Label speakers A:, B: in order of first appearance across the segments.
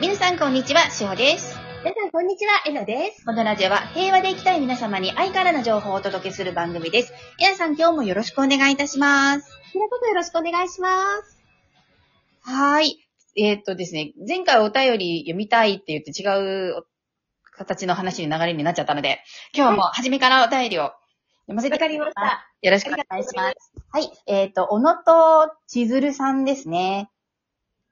A: 皆さんこんにちは、しほです。
B: 皆さん、こんにちは。えのです。
A: このラジオは平和で生きたい皆様に愛からの情報をお届けする番組です。皆さん今日もよろしくお願いいたします。
B: こちらこそよろしくお願いします。
A: はーい。えーっとですね、前回お便り読みたいって言って違う形の話に流れになっちゃったので、今日も初めからお便りを読ませて
B: わかりまし。た。
A: よろしくお願いします。はい。えっ、と、小野と千鶴さんですね。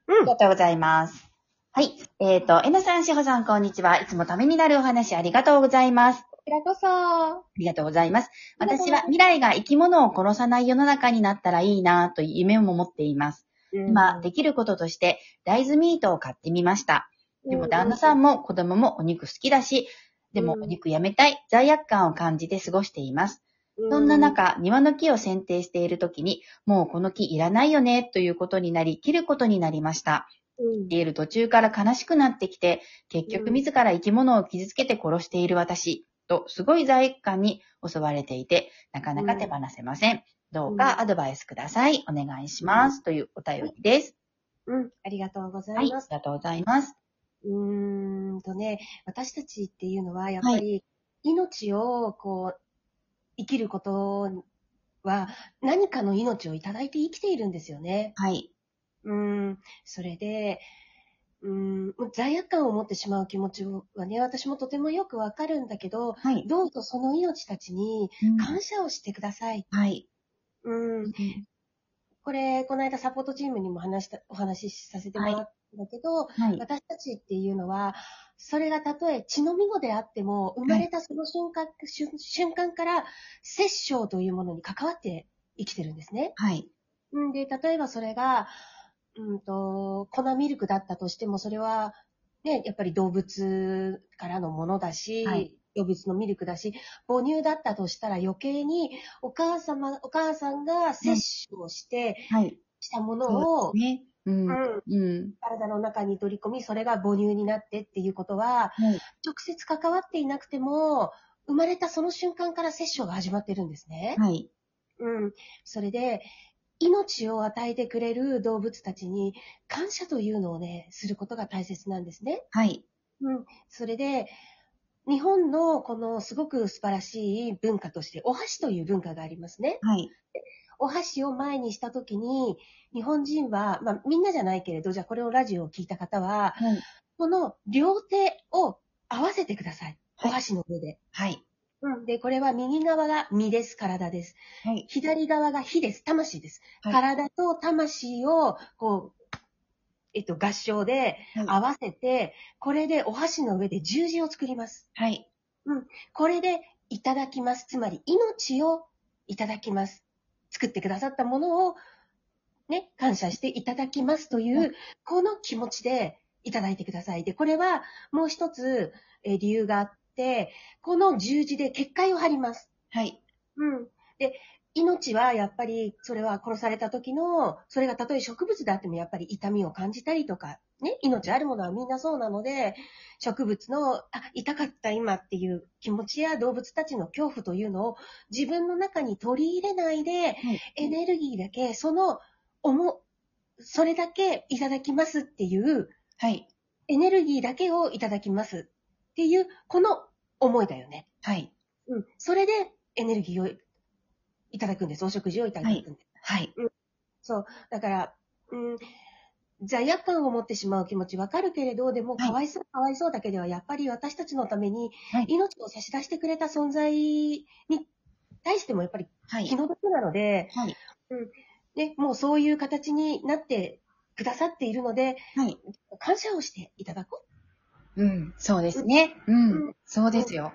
B: うん
A: ありがとうございます。はい。えっ、と、えなさん、しほさん、こんにちは。いつもためになるお話ありがとうございます。
B: こちらこそ。
A: ありがとうございます。
B: ありがとう
A: 私
B: ございま
A: は
B: す
A: 未来が生き物を殺さない世の中になったらいいなという夢も持っています。今、できることとして、大豆ミートを買ってみました。でも旦那さ
B: ん。
A: んも子供もお肉好きだし、でも
B: うん
A: お肉やめたい罪悪感を感じて過ごしています。そんな中、庭の木を剪定している時に、もうこの木いらないよね、ということになり、切ることになりました。
B: うん、
A: 切っている途中から悲しくなってきて、結局自ら生き物を傷つけて殺している私、と、すごい罪悪感に襲われていて、なかなか手放せません。どうかアドバイスください。お願いします。というお便りです。
B: うん。ありがとうござ
A: はいい、あ
B: ま
A: り
B: す。
A: がとうございます。
B: うーんとね、私たちっていうのは、やっぱり、命を、こう、生きることは、何かの命をいただいて生きているんですよね。
A: はい。
B: うん。それで、うん、もう罪悪感を持ってしまう気持ちはね、私もとてもよくわかるんだけど、
A: はい。
B: どうぞその命たちに
A: うん
B: 感謝をしてください。
A: はい。
B: うん。これ、この間サポートチームにも話した、お話しさせてもらったんだけど、
A: はい。
B: 私たちっていうのは、それがたとえ血のみ子であっても、生まれたその瞬間、瞬瞬間から、殺生というものに関わって生きてるんですね。
A: はい。
B: うんで、例えばそれが、うんと、粉ミルクだったとしても、それは、ね、やっぱり動物からのものだし、
A: はい
B: 動物のミルクだし、母乳だったとしたら余計に、お母様、お母さんが摂取をして、
A: はい。
B: したもの
A: そ
B: を、
A: うですね。うん。
B: うん
A: うん。
B: 体の中に取り込み、それが母乳になってっていうことは、
A: はい。
B: 直接関わっていなくても、生まれたその瞬間から摂取が始まってるんですね。
A: はい。
B: うん。それで、命を与えてくれる動物たちに感謝というのをね、することが大切なんですね。
A: はい。
B: うん。それで、日本のこのすごく素晴らしい文化として、お箸という文化がありますね。
A: はい。
B: お箸を前にしたときに、日本人は、まあみんなじゃないけれど、じゃあこれをラジオを聞いた方は、
A: はい。
B: この両手を合わせてください。お箸の上で。
A: はい。
B: うん。で、これは右側が身です、体です。
A: はい。
B: 左側が火です、魂です。
A: はい
B: 体と魂を、こう、えっと、合唱で
A: はい
B: 合わせて、これでお箸の上で十字を作ります。
A: はい。
B: これでいただきます。つまり、命をいただきます。作ってくださったものを、ね、感謝していただきますという、
A: は
B: この気持ちでいただいてください。で、これはもう一つ、えー理由があって、この十字で結界を張ります。
A: はい。
B: うん。で、命はやっぱり、それは殺された時の、それがたとえ植物であってもやっぱり痛みを感じたりとか、ね、命あるものはみんなそうなので、植物の、あ、痛かった今っていう気持ちや動物たちの恐怖というのを自分の中に取り入れないで、
A: い
B: エネルギーだけ、その、思、それだけいただきますっていう、
A: はい。
B: エネルギーだけをいただきますっていう、この思いだよね。
A: はい。
B: うん。それでエネルギーをいただくんです。お食事をいただくんです。
A: はい。
B: そう。だから、うん、罪悪感を持ってしまう気持ちわかるけれど、でも、
A: はい
B: かわいそう、かわいそうだけでは、やっぱり私たちのために
A: はい、
B: 命を差し出してくれた存在に対しても、やっぱり
A: は
B: 気
A: い。
B: の毒なので、
A: はい。
B: ね、もうそういう形になってくださっているので、
A: はい。
B: 感謝をしていただこ
A: うん。そうですね。う。
B: うん
A: そうですよ。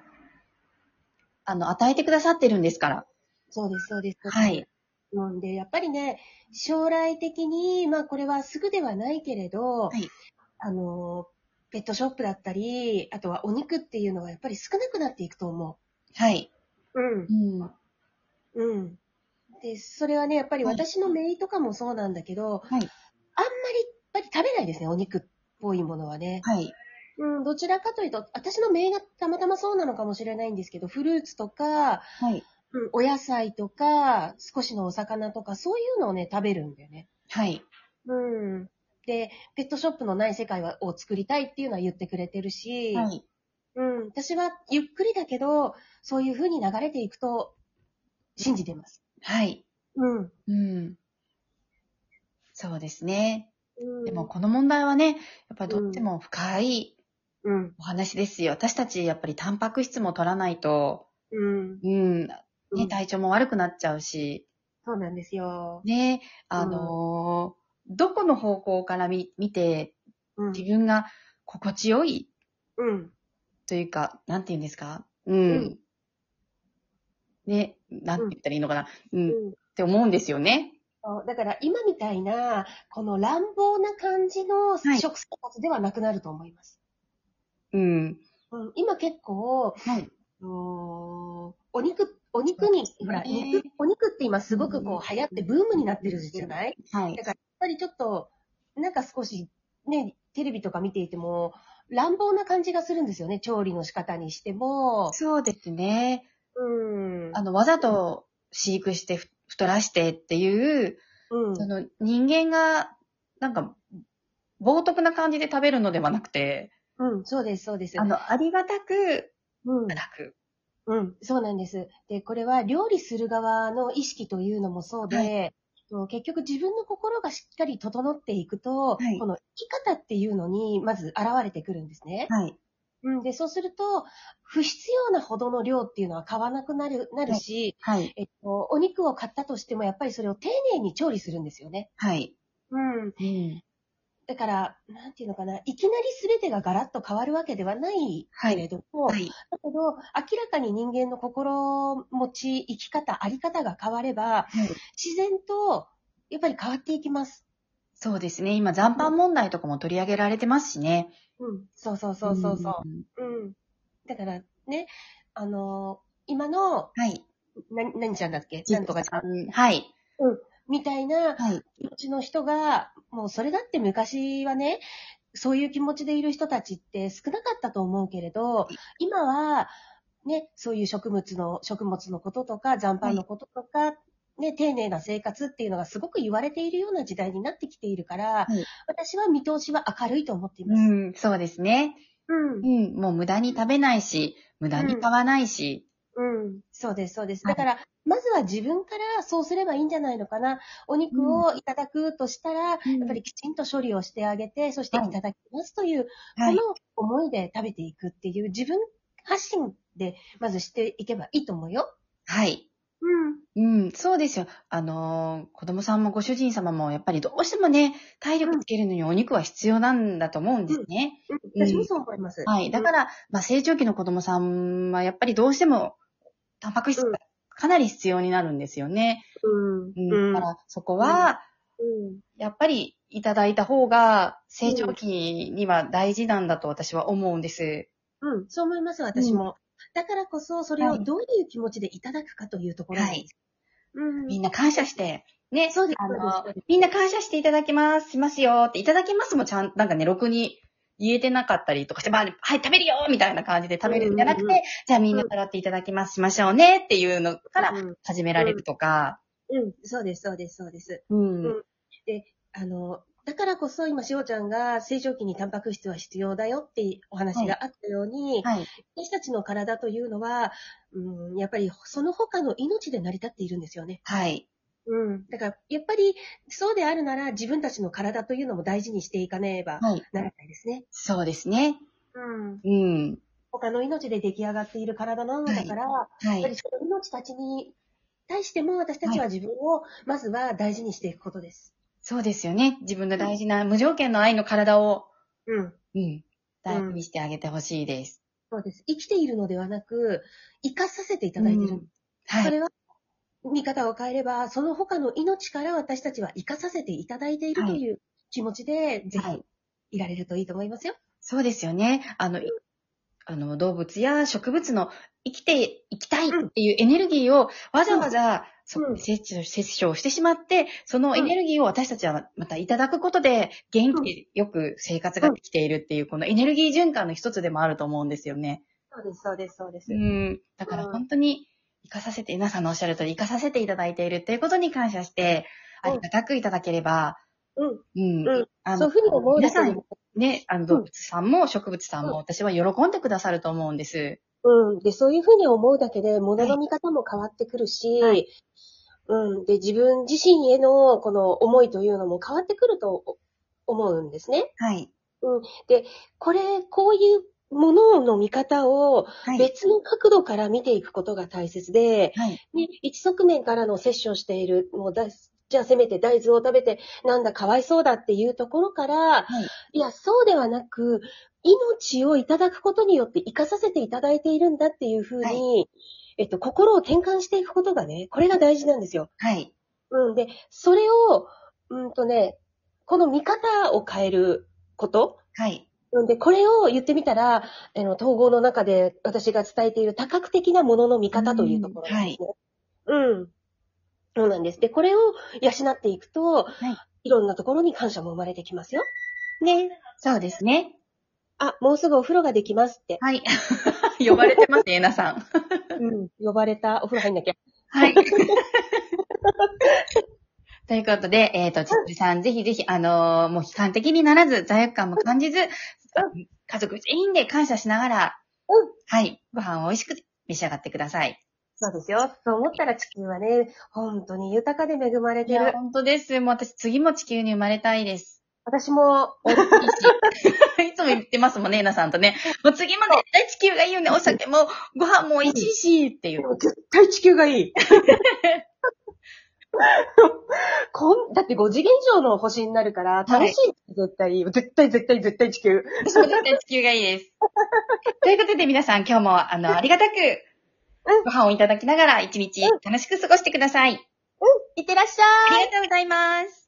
A: あの、与えてくださってるんですから。
B: う。そうです、そうです。
A: はい。
B: なんで、やっぱりね、将来的に、まあこれはすぐではないけれど、
A: はい
B: あの、ペットショップだったり、あとはお肉っていうのはやっぱり少なくなっていくと思
A: はい。
B: う。うん
A: う。ん。は
B: うん。で、それはね、やっぱり
A: はい
B: 私のメイとかもそうなんだけど、
A: はい
B: あんまり、やっぱり食べないですね、お肉っぽいものはね。
A: い。
B: うん、どちらかというと、私のメイがたまたまそうなのかもしれないんですけど、フルーツとか、
A: はい。
B: うん、お野菜とか、少しのお魚とか、そういうのをね、食べるんだよね。
A: はい。
B: うん。で、ペットショップのない世界はを作りたいっていうのは言ってくれてるし、
A: はい。
B: うん、私はゆっくりだけど、そういう風に流れていくと信じてます。
A: はい。
B: うん。
A: うん。そうですね。
B: うん
A: でも、この問題はね、やっぱりとっても深い
B: うん。
A: お話ですよ。私たちやっぱりタンパク質も取らないと、
B: うん。
A: うん、ね
B: うん、
A: 体調も悪くなっちゃうし、
B: そうなんですよ。
A: ね、あのーどこの方向から見見て
B: うん。
A: 自分が心地よい
B: うん。
A: というか、なんて言うんですかうん。
B: うん
A: ね、なんて言ったらいいのかな、うん、
B: う
A: っ
B: ん
A: て思うんですよね。
B: そうだから今みたいな、この乱暴な感じ
A: は
B: の
A: い
B: 食生活ではなくなると思います。
A: うん。
B: うん、今結構、
A: はい。
B: あのーお肉、お肉に、ほら、
A: ね
B: 肉、お肉って今すごくこう流行ってブームになってるじゃないやっ
A: はい。
B: ぱりちょっと、なんか少し、ね、テレビとか見ていても、乱暴な感じがするんですよね。調理の仕方にしても。
A: そうですね。
B: うん。
A: あの、わざと飼育してふ太らしてっていう、
B: うん。
A: その人間が、なんか、冒涜な感じで食べるのではなくて、
B: うん、そうです、そうです。
A: あの、ありがたく、
B: うん。
A: 楽。
B: うん、そうなんです。で、これは料理する側の意識というのもそうで、
A: は
B: もう結局自分の心がしっかり整っていくと、
A: はい
B: この生き方っていうのにまず現れてくるんですね。
A: はい。
B: うん、で、そうすると、不必要なほどの量っていうのは買わなくなる、なるし、
A: はい。
B: えっと、お肉を買ったとしてもやっぱりそれを丁寧に調理するんですよね。
A: はい。
B: うん。
A: うん。
B: だから、なんていうのかな、いきなり全てがガラッと変わるわけではない
A: は
B: け
A: い
B: れども、
A: はい。
B: だけど、明らかに人間の心持ち、生き方、あり方が変われ
A: は
B: ば、
A: い
B: 自然と、やっぱり変わっていきます。
A: そうですね。今、残飯問題とかも取り上げられてますしね。
B: うん。そうそうそうそうそ
A: ん。
B: う。うん。だから、ね、あのー今の、
A: はい。
B: な、何ちゃんだっけなんとかちゃん。
A: うんはい。
B: みたいな
A: はい。
B: 気持ちの人が、もうそれだって昔はね、そういう気持ちでいる人たちって少なかったと思うけれど、今は、ね、そういう食物の、食物のこととか、残飯のこととか、ね、丁寧な生活っていうのがすごく言われているような時代になってきているか
A: は
B: ら、
A: い
B: 私は見通しは明るいと思っていうます。
A: ん、そうですね。
B: う
A: う。
B: ん
A: ん、もう無駄に食べないし、無駄に買わないし。
B: うん。そうです、そうです。
A: はい
B: だから、まずは自分からそうすればいいんじゃないのかな。お肉をいただくとしたら、やっぱりきちんと処理をしてあげて、そしていただきますという、
A: はい
B: この思いで食べていくっていう自分発信でまずしていけばいいと思うよ。
A: はい。
B: うん。
A: うん、そうですよ。あのー子供さんもご主人様も、やっぱりどうしてもね、体力つけるのにお肉は必要なんだと思うんですね。
B: 私もそう思います。
A: はい。だから、まあ、成長期の子供さんは、やっぱりどうしても、タンパク質がかなり必要になるんですよね。
B: うん、
A: う。
B: うんん。
A: だから、そこは、
B: うん
A: やっぱり、いただいた方が、成長期には大事なんだと私は思うんです。
B: うん。そう思います、私も。だからこそ、それをどういう気持ちでいただくかというところなんです。うん。
A: みんな感謝して、ね。
B: そうです
A: あの
B: そうです、
A: みんな感謝していただきます、しますよって、いただきますもちゃん、なんかね、ろくに言えてなかったりとかして、まあ、はい、食べるよみたいな感じで食べるんじゃなくて、
B: うんうんうん
A: じゃあみんなからっていただきます、しましょうねっていうのから
B: うん、
A: 始められるとか、
B: うん。そうです、そうです、そうです。
A: うん。
B: うんあの、だからこそ今、しおちゃんが成長期にタンパク質は必要だよってお話があったように、
A: はい。
B: 私たちの体というのは、うん、やっぱりその他の命で成り立っているんですよね。
A: はい。
B: うん。だから、やっぱりそうであるなら自分たちの体というのも大事にしていかねば
A: はい。
B: ならないですね。
A: そうですね。
B: うん。
A: うん。
B: 他の命で出来上がっている体なのだから、
A: は
B: やっぱり
A: い。
B: その命たちに対しても私たちは自分をまずは大事にしていくことです。
A: そうですよね。自分の大事な無条件の愛の体を、
B: うん。
A: うん。大事にしてあげてほしいです。
B: そうです。生きているのではなく、生かさせていただいている。
A: うんは
B: そ
A: い。
B: れは、見方を変えれば、その他の命から私たちは生かさせていただいている
A: は
B: と
A: い
B: いう気持ちで、ぜ
A: はい
B: ひ、いられるといいと思いますよ。
A: そうですよね。あの、いあの、動物や植物の生きていきたいっていうエネルギーをわざわざ、そ
B: うん
A: 摂取摂取をしてしまって、そのエネルギーを私たちはまたいただくことで、元気よく生活ができているっていう、このエネルギー循環の一つでもあると思うんですよね。
B: そうです、そうです、そうです
A: うん。だから本当に、生かさせて、皆さんのおっしゃる通り、生かさせていただいているっていうことに感謝して、ありがたくいただければ、
B: うん。
A: うん。
B: うん
A: あ
B: そう
A: の
B: いうふうに思う
A: 皆
B: だけ
A: さ
B: で
A: ん
B: も、
A: ね、あの、動物さんも植物さんも私は喜んでくださると思うんです。
B: うん。で、そういうふうに思うだけで、物の見方も変わってくるし、
A: は
B: うん。で、自分自身への、この思いというのも変わってくると思うんですね。
A: はい。
B: これ、こういうものの見方を
A: はい。
B: 別の角度から見ていくことが大切で、
A: はい。
B: ね、一側面からの摂取をしている、もうだじゃあせめて大豆を食べて、なんだかわいそうだっていうところから、
A: はい
B: いや、そうではなく、命をいただくことによって生かさせていただいているんだっていうふうに、
A: は
B: えっと、心を転換していくことがね、これが大事なんですよ。
A: はい。
B: うん。で、それを、うんとね、この見方を変えること、
A: はい。
B: うんで、これを言ってみたら、あの、統合の中で私が伝えている多角的なものの見方というところなんですね。うん。そうなんです。で、これを養っていくと、、
A: はい
B: ろんなところに感謝も生まれてきますよ。ね。
A: そうですね。
B: あ、もうすぐお風呂ができますっ て。
A: はい。呼ばれてますね、えなさん。
B: うん。呼ばれた。お風呂入んなきゃ。
A: はい。 ということで、えっ、と、ちつりさん、ぜひぜひ、あのーもう悲観的にならず、罪悪感も感じず、家族全員で感謝しながら、
B: うん
A: はい、ご飯を美味しく召し上がってください。
B: そうですよ。そう思ったら地球はね、本当に豊かで恵まれ
A: い
B: て
A: や、
B: る。
A: 本当です。もう私、次も地球に生まれたいです。
B: 私も、
A: いいしい つも言ってますもんね、えなさんとね。もう次も絶対地球がいいよね。お酒も、ご飯も美味しいし、っていう。
B: 絶対地球がいい。 こんだって5次元以上の星になるから、楽しい、絶対、絶対、絶対、絶対地球。
A: 私も絶対地球がいい です。ということで皆さん今日もあの、ありがたく
B: うん、
A: ご飯をいただきながら一日楽しく過ごしてください。
B: いってらっしゃい
A: ありがとうございます。